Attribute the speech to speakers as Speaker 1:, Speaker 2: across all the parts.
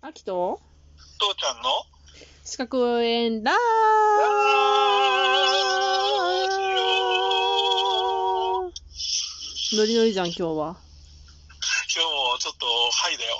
Speaker 1: あきと
Speaker 2: 父ちゃんの
Speaker 1: 四角縁ラノリノリじゃん、今日は。
Speaker 2: 今日もちょっとハイだよ、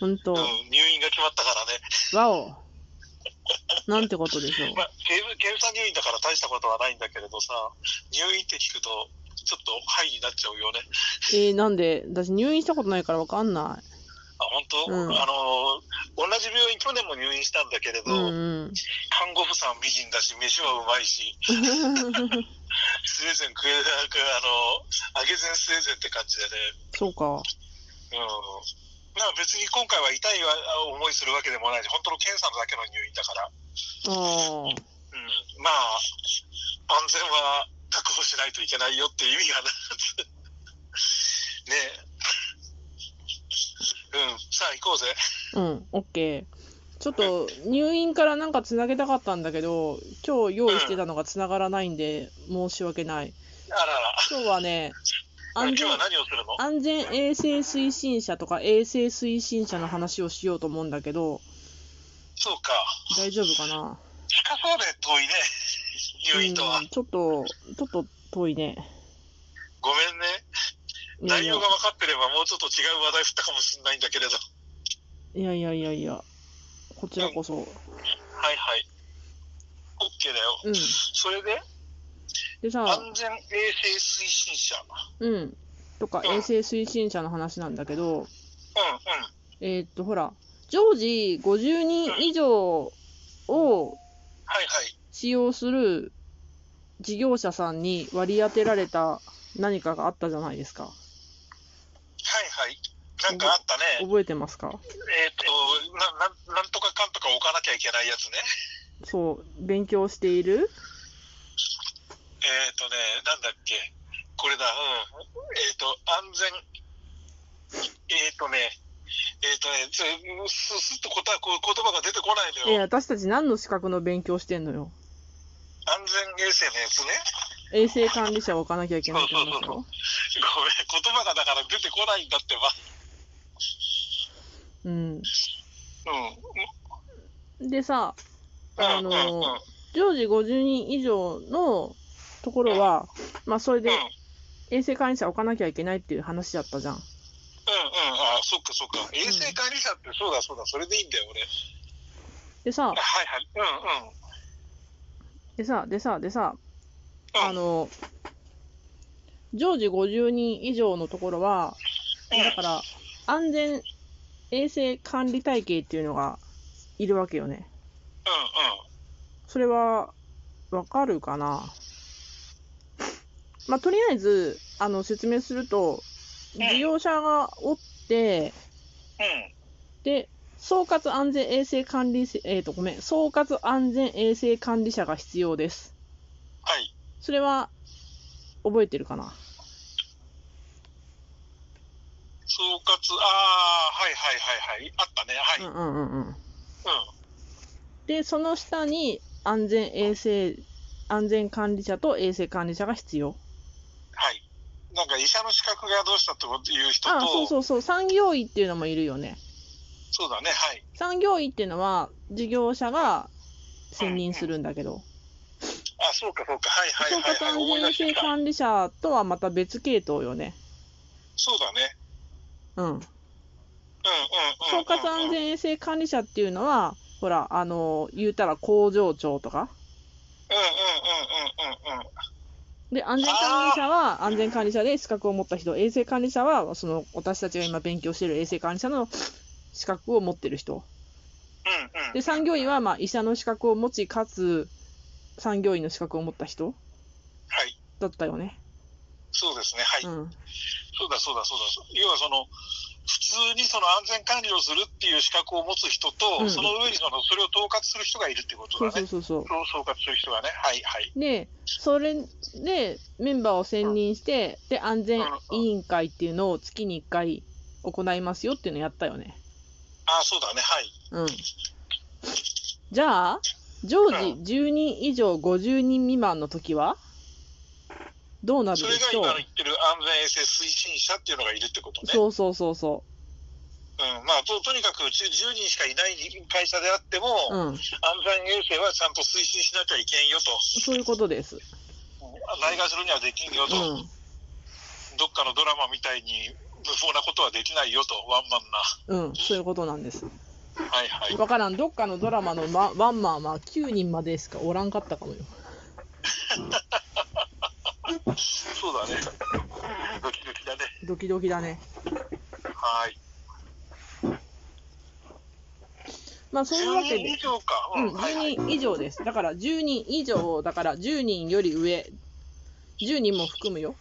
Speaker 1: ほんと。
Speaker 2: うん、入院が決まったからね、
Speaker 1: わお。なんてことでしょう。
Speaker 2: まあ、ゲームゲームさん入院だから大したことはないんだけれどさ入院って聞くとちょっとハイになっちゃうよね
Speaker 1: えー、なんで、私入院したことないからわかんな
Speaker 2: あ本当、
Speaker 1: うん
Speaker 2: あのー同じ病院去年も入院したんだけれ
Speaker 1: い。
Speaker 2: ど、
Speaker 1: うんうん。
Speaker 2: 看護婦さん美人だし飯はうま いしスウェーデン食えなくあの揚げ膳スウェーデンって感じでね
Speaker 1: そうか。
Speaker 2: うんまあ別に今回は痛いは思いするわけでもないし本当の検査のだけの入院だから
Speaker 1: あ
Speaker 2: うんまあ、安全は確保しないといけないよっていう意味がな ねえ。うん、さあ行こうぜ。
Speaker 1: あ。うん、オッケー。ちょっと入院からなんかつなげたかったんだけど、今日用意してたのがつながらないんで、申し訳ない。
Speaker 2: あらら。
Speaker 1: 今日はね、
Speaker 2: 今
Speaker 1: 安
Speaker 2: 日
Speaker 1: 全
Speaker 2: は何をするのうん。
Speaker 1: 安全衛生推進者とか衛生推進者の話をしようと思うんだけど、
Speaker 2: そうか。
Speaker 1: 大丈夫かな
Speaker 2: 近そうで遠いね。入院とは。
Speaker 1: うん、ちょっと、ちょっと遠いね。
Speaker 2: ごめんね。
Speaker 1: いや
Speaker 2: 内
Speaker 1: いや
Speaker 2: 容が分かってればもうちょっと違う話題振ったかもしれないんだけれど。
Speaker 1: いやいやいやいや、こちらこそ。
Speaker 2: はいはい。OK
Speaker 1: う
Speaker 2: だよ。
Speaker 1: ん。
Speaker 2: それで、
Speaker 1: でさ、
Speaker 2: 安全衛生推進者。
Speaker 1: うん。とか衛生推進者の話なんだけど、
Speaker 2: うんうん。
Speaker 1: えーっと、ほら、常時50人以上を
Speaker 2: はいはい。
Speaker 1: 使用する事業者さんに割り当てられた何かがあったじゃないですか。
Speaker 2: はいはい。なんかあったね。
Speaker 1: 覚えてますか
Speaker 2: えっ、とななん、なんとかかんとか置かなきゃいけないやつね。
Speaker 1: そう、勉強している
Speaker 2: えっ、とね、なんだっけ。これだ、うん。えっ、と、安全。えっ、とね、えっ、とね、ちょすすっと答え、こう言葉が出てこない
Speaker 1: い
Speaker 2: の
Speaker 1: や、
Speaker 2: よ。
Speaker 1: 私たち何の資格の勉強してんのよ。
Speaker 2: 安全衛生のやつね。
Speaker 1: 衛生管理者を置かなきゃいけないって話だろ
Speaker 2: ごめん、言葉がだから出てこないんだってば。
Speaker 1: うん。
Speaker 2: うん。
Speaker 1: でさ、あの
Speaker 2: うんうんうん
Speaker 1: 常時50人以上のところは、まあ、それで
Speaker 2: うん、うん、
Speaker 1: 衛生管理者を置かなきゃいけないっていう話だったじゃん。
Speaker 2: あ、そっかそっか。衛生管理者って、そうだそうだ、それでいいんだよ、俺。
Speaker 1: でさ、
Speaker 2: はいはい。うんうん。
Speaker 1: でさ、でさ、でさ、あ
Speaker 2: うん、
Speaker 1: の常時50人以上のところは、
Speaker 2: うん
Speaker 1: だから、安全衛生管理体系っていうのがいるわけよね。
Speaker 2: うんうん。
Speaker 1: それは、わかるかなまあ、とりあえず、あの、説明すると、
Speaker 2: うん
Speaker 1: 事業者がおって、
Speaker 2: うん。
Speaker 1: で、総括安全衛生管理せ、えっ、と、ごめん、総括安全衛生管理者が必要です。
Speaker 2: はい。
Speaker 1: それは、覚えてるかな。
Speaker 2: 総括、ああ、はいはいはいはい。あったね。はいうう
Speaker 1: ん
Speaker 2: ん。
Speaker 1: うんうんうん。
Speaker 2: は
Speaker 1: で、その下に、安全衛生、安全管理者と衛生管理者が必要。
Speaker 2: い。なんか医者の資格がどうしたってこという人と、
Speaker 1: あ、そう
Speaker 2: そう
Speaker 1: そうそう、産業医っていうのもいるよね。
Speaker 2: だね。はい。
Speaker 1: 産業医っていうのは事業者が選任するんだけど、
Speaker 2: あ、そうかそうか。はいはい
Speaker 1: 総
Speaker 2: はい、
Speaker 1: 括
Speaker 2: はい。
Speaker 1: 安
Speaker 2: 思
Speaker 1: 全
Speaker 2: い出
Speaker 1: 衛
Speaker 2: して
Speaker 1: 生
Speaker 2: きた。
Speaker 1: 管理者とはまた別系統よね。
Speaker 2: そうだね。
Speaker 1: うん。
Speaker 2: うん
Speaker 1: 総括
Speaker 2: うんうん、うん。
Speaker 1: 安全衛生管理者っていうのは、ほら、あの、言うたら工場長とか。
Speaker 2: うんうんうんうんうんうん。
Speaker 1: で、安全管理者は安全管理者で資格を持った人、衛生管理者は、その、私たちが今勉強している衛生管理者の資格を持ってる人。
Speaker 2: うんうん。
Speaker 1: で、産業医は、まあ、医者の資格を持ち、かつ、産業医の資格を持った人
Speaker 2: はい。
Speaker 1: だったよね。
Speaker 2: そうですね。はい。
Speaker 1: うん。
Speaker 2: そうだそうだそうだ。要はその、普通にその安全管理をするっていう資格を持つ人と、
Speaker 1: うん
Speaker 2: その上にそのそれを統括する人がいるってこと
Speaker 1: そう
Speaker 2: だ
Speaker 1: そ
Speaker 2: ね
Speaker 1: う。そうそう。
Speaker 2: そう総括する人がね。はいはい。
Speaker 1: で、それでメンバーを選任して、で、安全委員会っていうのを月に1回行いますよっていうのをやったよね。
Speaker 2: あ、そうだね。はい。
Speaker 1: うん。じゃあ、常時
Speaker 2: う
Speaker 1: 10人以上50人未満の時はどうなる
Speaker 2: そ
Speaker 1: で
Speaker 2: れが
Speaker 1: しょ
Speaker 2: 今
Speaker 1: う
Speaker 2: の言ってる安全衛生推進者っていうのがいるってことね。
Speaker 1: そうそうそうそ
Speaker 2: うん、まあと、とにかく10人しかいない会社であっても、安
Speaker 1: うん。
Speaker 2: 全衛生はちゃんと推進しなきゃいけんよと、
Speaker 1: そういうことです。
Speaker 2: ないがしろにはできんよ
Speaker 1: う
Speaker 2: と、
Speaker 1: ん。
Speaker 2: どっかのドラマみたいに無法なことはできないよと、ワンマン
Speaker 1: うん、そういうことなんです。
Speaker 2: な。はいはい。
Speaker 1: わからん、どっかのドラマの、ま、ワンマンは9人までしかおらんかったかもよ。
Speaker 2: そうだね。ドキドキだね。
Speaker 1: ドキドキだね。
Speaker 2: はい。
Speaker 1: まあ、そういうわけ
Speaker 2: 10人
Speaker 1: で
Speaker 2: 以。上か。
Speaker 1: うん、
Speaker 2: はいはい。
Speaker 1: 10人以上です。だから10人以上、だから10人より上、10人も含むよ。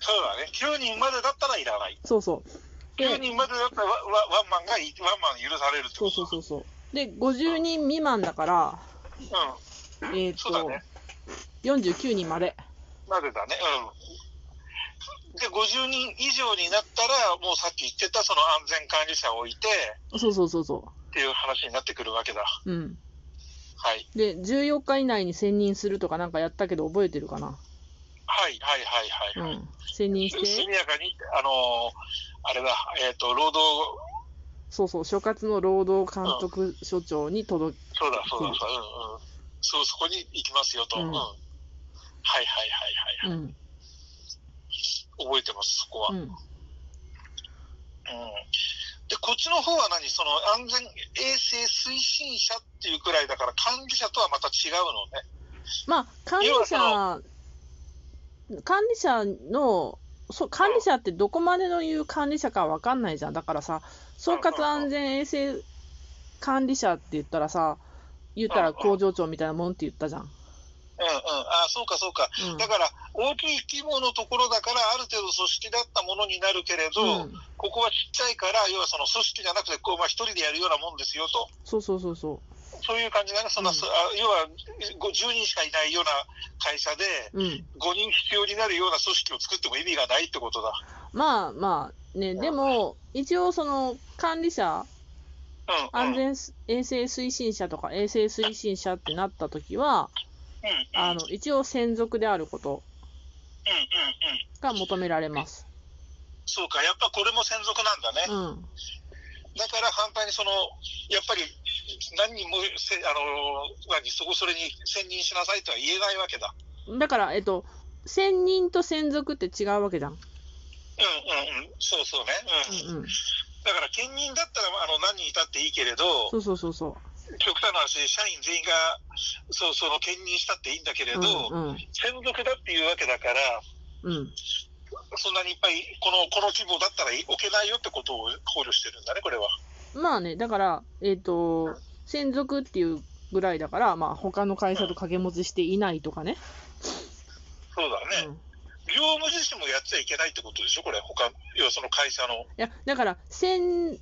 Speaker 2: そうだね。9人までだったらいらない。
Speaker 1: そうそう。
Speaker 2: 9
Speaker 1: で、
Speaker 2: 人までだったらワワワンマンがい、ワンマン許されるって
Speaker 1: そ
Speaker 2: こ
Speaker 1: うそ
Speaker 2: と
Speaker 1: うそうそう。で、50人未満だから、
Speaker 2: う。ん。
Speaker 1: えーっ
Speaker 2: そうだ
Speaker 1: と、
Speaker 2: ね
Speaker 1: 49人まで。
Speaker 2: までだね。うん。で、50人以上になったら、もうさっき言ってたその安全管理者を置いて
Speaker 1: そうそうそうそ
Speaker 2: っていう話になってくるわけだ。
Speaker 1: う。うん。
Speaker 2: はい。
Speaker 1: で、14日以内に選任するとかなんかやったけど覚えてるかな。
Speaker 2: はいはいはいは
Speaker 1: う
Speaker 2: いはい。
Speaker 1: ん。選任し
Speaker 2: 速
Speaker 1: て、
Speaker 2: やかに、あのーあれだ、えっ、と、労働、
Speaker 1: そうそう、所轄の労働監督署長に届け、
Speaker 2: そうだそうだそうだ、うんうん。そう、そこに行きますよと。
Speaker 1: う
Speaker 2: うんん。はいはいはいはい。
Speaker 1: うん。
Speaker 2: 覚えてます、そこは。
Speaker 1: う
Speaker 2: うん。
Speaker 1: ん。
Speaker 2: で、こっちの方は何その安全衛生推進者っていうくらいだから、管理者とはまた違うのね。
Speaker 1: まあ、管理者、管理者の、そう管理者ってどこまでの言う管理者かわかんないじゃん。だからさ、総括安全衛生管理者って言ったらさ、言ったら工場長みたいなもんって言ったじゃん。
Speaker 2: うんうん、あそうかそうか、
Speaker 1: うん
Speaker 2: だから大きい規模のところだから、ある程度組織だったものになるけれど、
Speaker 1: うん
Speaker 2: ここはちっちゃいから、要はその組織じゃなくて、こうまあ、一人でやるようなもんですよと、
Speaker 1: そうそうそうそ
Speaker 2: そういう感じなの、そんな
Speaker 1: うん
Speaker 2: そあ要はご10人しかいないような会社で、
Speaker 1: う。うん。
Speaker 2: 5人必要になるような組織を作っても意味がないってことだ。
Speaker 1: まあまあ、ね、でも、一応その管理者、
Speaker 2: うん、うん
Speaker 1: 安全衛生推進者とか衛生推進者ってなった時は、
Speaker 2: うんうん
Speaker 1: あの、一応専属であること
Speaker 2: うんうんうん
Speaker 1: が求められます。
Speaker 2: そうか、やっぱこれも専属なんだね。
Speaker 1: うん。
Speaker 2: だから反対にその、やっぱり何人もせ、あの何そこそれに専任しなさいとは言えないわけだ。
Speaker 1: だから、えっと、専任と専属って違うわけじゃん。
Speaker 2: うんうんうん、そうそうね。
Speaker 1: う
Speaker 2: うん
Speaker 1: んうん。
Speaker 2: だから兼任だったらあの何人いたっていいけれど、
Speaker 1: そうそうそうそ
Speaker 2: 極端な話、社員全員がそうその兼任したっていいんだけれ
Speaker 1: う。
Speaker 2: ど、
Speaker 1: うん
Speaker 2: 専属だっていうわけだから、
Speaker 1: うん。うん。
Speaker 2: そんなにいっぱいこのこの規模だったら置けないよってことを考慮してるんだね、これは。
Speaker 1: まあね、だから、えっ、と、専属っていうぐらいだから、まあ、他の会社と掛け持ちしていないとかね。
Speaker 2: そうだ
Speaker 1: うん。
Speaker 2: ね、
Speaker 1: い
Speaker 2: 業務自身もやっちゃいけないってことでしょ、これ、他要はその会社の。
Speaker 1: や、だから、専、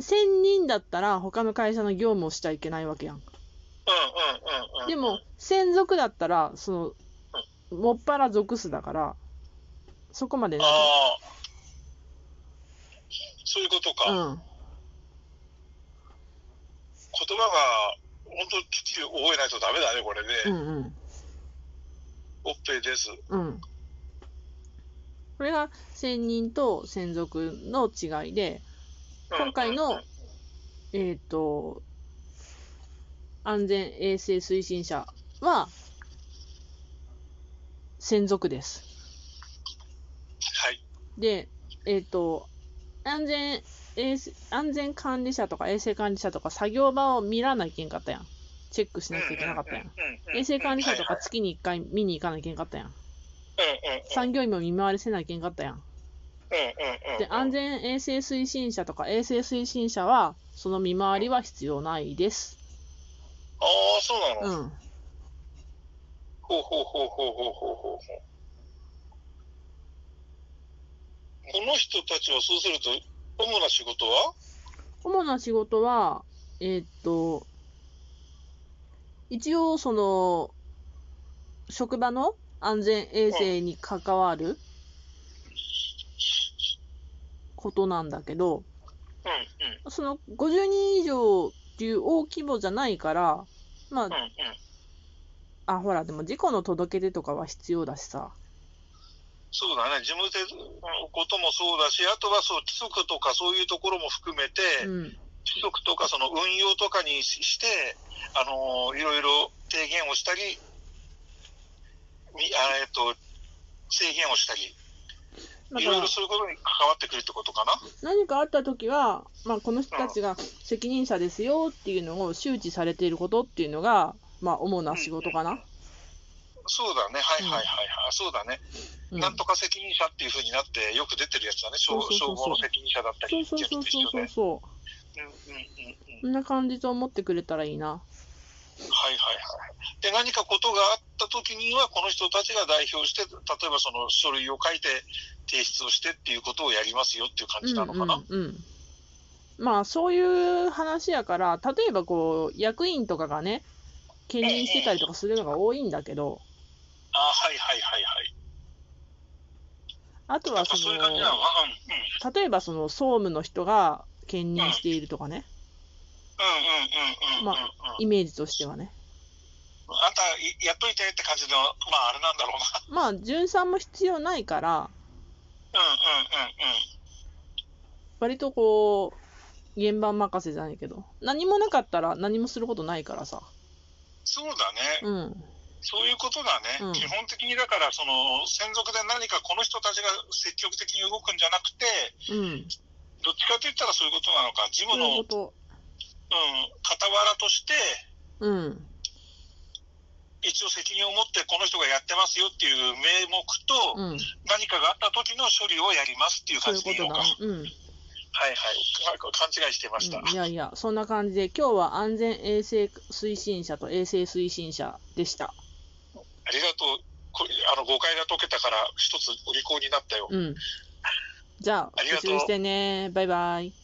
Speaker 1: 専任だったら、他の会社の業務をしちゃいけないわけやん。
Speaker 2: うんうんうんうん、
Speaker 1: でも、専属だったら、その、もっぱら属すだから、そこまでな
Speaker 2: ああ、そういうことか、
Speaker 1: い。うん。
Speaker 2: 言葉が本当にきっちり覚えないとダメだね、これね。
Speaker 1: うんうん。
Speaker 2: オッペです。
Speaker 1: うん。これが専任と専属の違いで、今回
Speaker 2: うん
Speaker 1: の、えっ、と、安全衛生推進者は、専属です。
Speaker 2: はい。
Speaker 1: で、えっ、と、安全衛生、安全管理者とか衛生管理者とか作業場を見らなきゃいけんかったやん。チェックしなきゃいけなかったやん。衛生管理者とか月に1回見に行かなきゃいけんかったやん。
Speaker 2: うんうんうん
Speaker 1: 産業医も見回りせなきゃいけんかったやん。
Speaker 2: うんうんうん
Speaker 1: で安全衛生推進者とか衛生推進者はその見回りは必要ないです。
Speaker 2: ああ、そうなの、
Speaker 1: うん。
Speaker 2: ほうほうほうほうほうほうほうほう。この人たちはそうすると、主な仕事は
Speaker 1: 主な仕事はえーっと一応その職場の安全衛生に関わることなんだけど
Speaker 2: うんうん
Speaker 1: その50人以上っていう大規模じゃないからま
Speaker 2: うんうん。
Speaker 1: ああほらでも事故の届け出とかは必要だしさ
Speaker 2: そうだね、事務手続のこともそうだし、あとはそう規則とかそういうところも含めて、
Speaker 1: うん、
Speaker 2: 規則とかその運用とかにして、あのーいろいろ提言をしたり、みあえっと、制限をしたり、い
Speaker 1: だか
Speaker 2: ろい
Speaker 1: ら
Speaker 2: ろそういうことに関わってくるってことかな。
Speaker 1: 何かあった時は、まあ、この人たちが責任者ですよっていうのを周知されていることっていうのが、まあ、主な仕事かな。
Speaker 2: そうだね、はいはいはい、はいそうだね、
Speaker 1: うん、
Speaker 2: なんとか責任者っていうふうになって、よく出てるやつだね、消
Speaker 1: そうそうそうそう
Speaker 2: 消防の責任者だった
Speaker 1: そ
Speaker 2: り
Speaker 1: う
Speaker 2: って
Speaker 1: そう
Speaker 2: やつ
Speaker 1: そう
Speaker 2: と一
Speaker 1: そう
Speaker 2: 緒で。
Speaker 1: そうそ
Speaker 2: うんうんうんうん
Speaker 1: う。そんな感じと思ってくれたらいいな。
Speaker 2: はいはいはい。で、何かことがあったときには、この人たちが代表して、例えばその書類を書いて、提出をしてっていうことをやりますよっていう感
Speaker 1: う
Speaker 2: じ
Speaker 1: ん
Speaker 2: なのかな。
Speaker 1: うんうん。まあそういう話やから、例えばこう役員とかがね、兼任してたりとかするのが多いんだけど、
Speaker 2: あはいはいはいはい。
Speaker 1: あと
Speaker 2: な
Speaker 1: は
Speaker 2: んか
Speaker 1: そ
Speaker 2: そういう感じなの
Speaker 1: の、
Speaker 2: かな。うんうん
Speaker 1: 例えばその総務の人が兼任しているとかね、
Speaker 2: うんうんうんうんうん。
Speaker 1: ま
Speaker 2: あ
Speaker 1: イメージとしてはね。
Speaker 2: あんたいやっといてって感じの、まああれなんだろうな。
Speaker 1: まあ、順さんも必要ないから、
Speaker 2: うんうんうんうん。
Speaker 1: 割とこう、現場任せじゃないけど、何もなかったら何もすることないからさ。
Speaker 2: そうだね、
Speaker 1: うん。
Speaker 2: そういうことだね、
Speaker 1: うん
Speaker 2: 基本的にだから、その専属で何かこの人たちが積極的に動くんじゃなくて、
Speaker 1: うん。
Speaker 2: どっちかといったらそういうことなのか、事
Speaker 1: そ
Speaker 2: 務
Speaker 1: うい
Speaker 2: の
Speaker 1: うこと。
Speaker 2: うん、傍らとして、
Speaker 1: うん。
Speaker 2: 一応責任を持ってこの人がやってますよっていう名目と、
Speaker 1: うん。
Speaker 2: 何かがあった時の処理をやりますっていう
Speaker 1: そういう
Speaker 2: 感じ
Speaker 1: こ
Speaker 2: でいい
Speaker 1: と
Speaker 2: の
Speaker 1: だ
Speaker 2: か。
Speaker 1: ね。うん。
Speaker 2: はいはい、か勘違いしてました。
Speaker 1: うんいやいや、そんな感じで、今日は安全衛生推進者と衛生推進者でした。
Speaker 2: ありがとう。こあの誤解が解けたから、一つお利口になったよ。
Speaker 1: うん。じゃあ、
Speaker 2: ありが
Speaker 1: 復
Speaker 2: とう
Speaker 1: 習してね。バイバイ。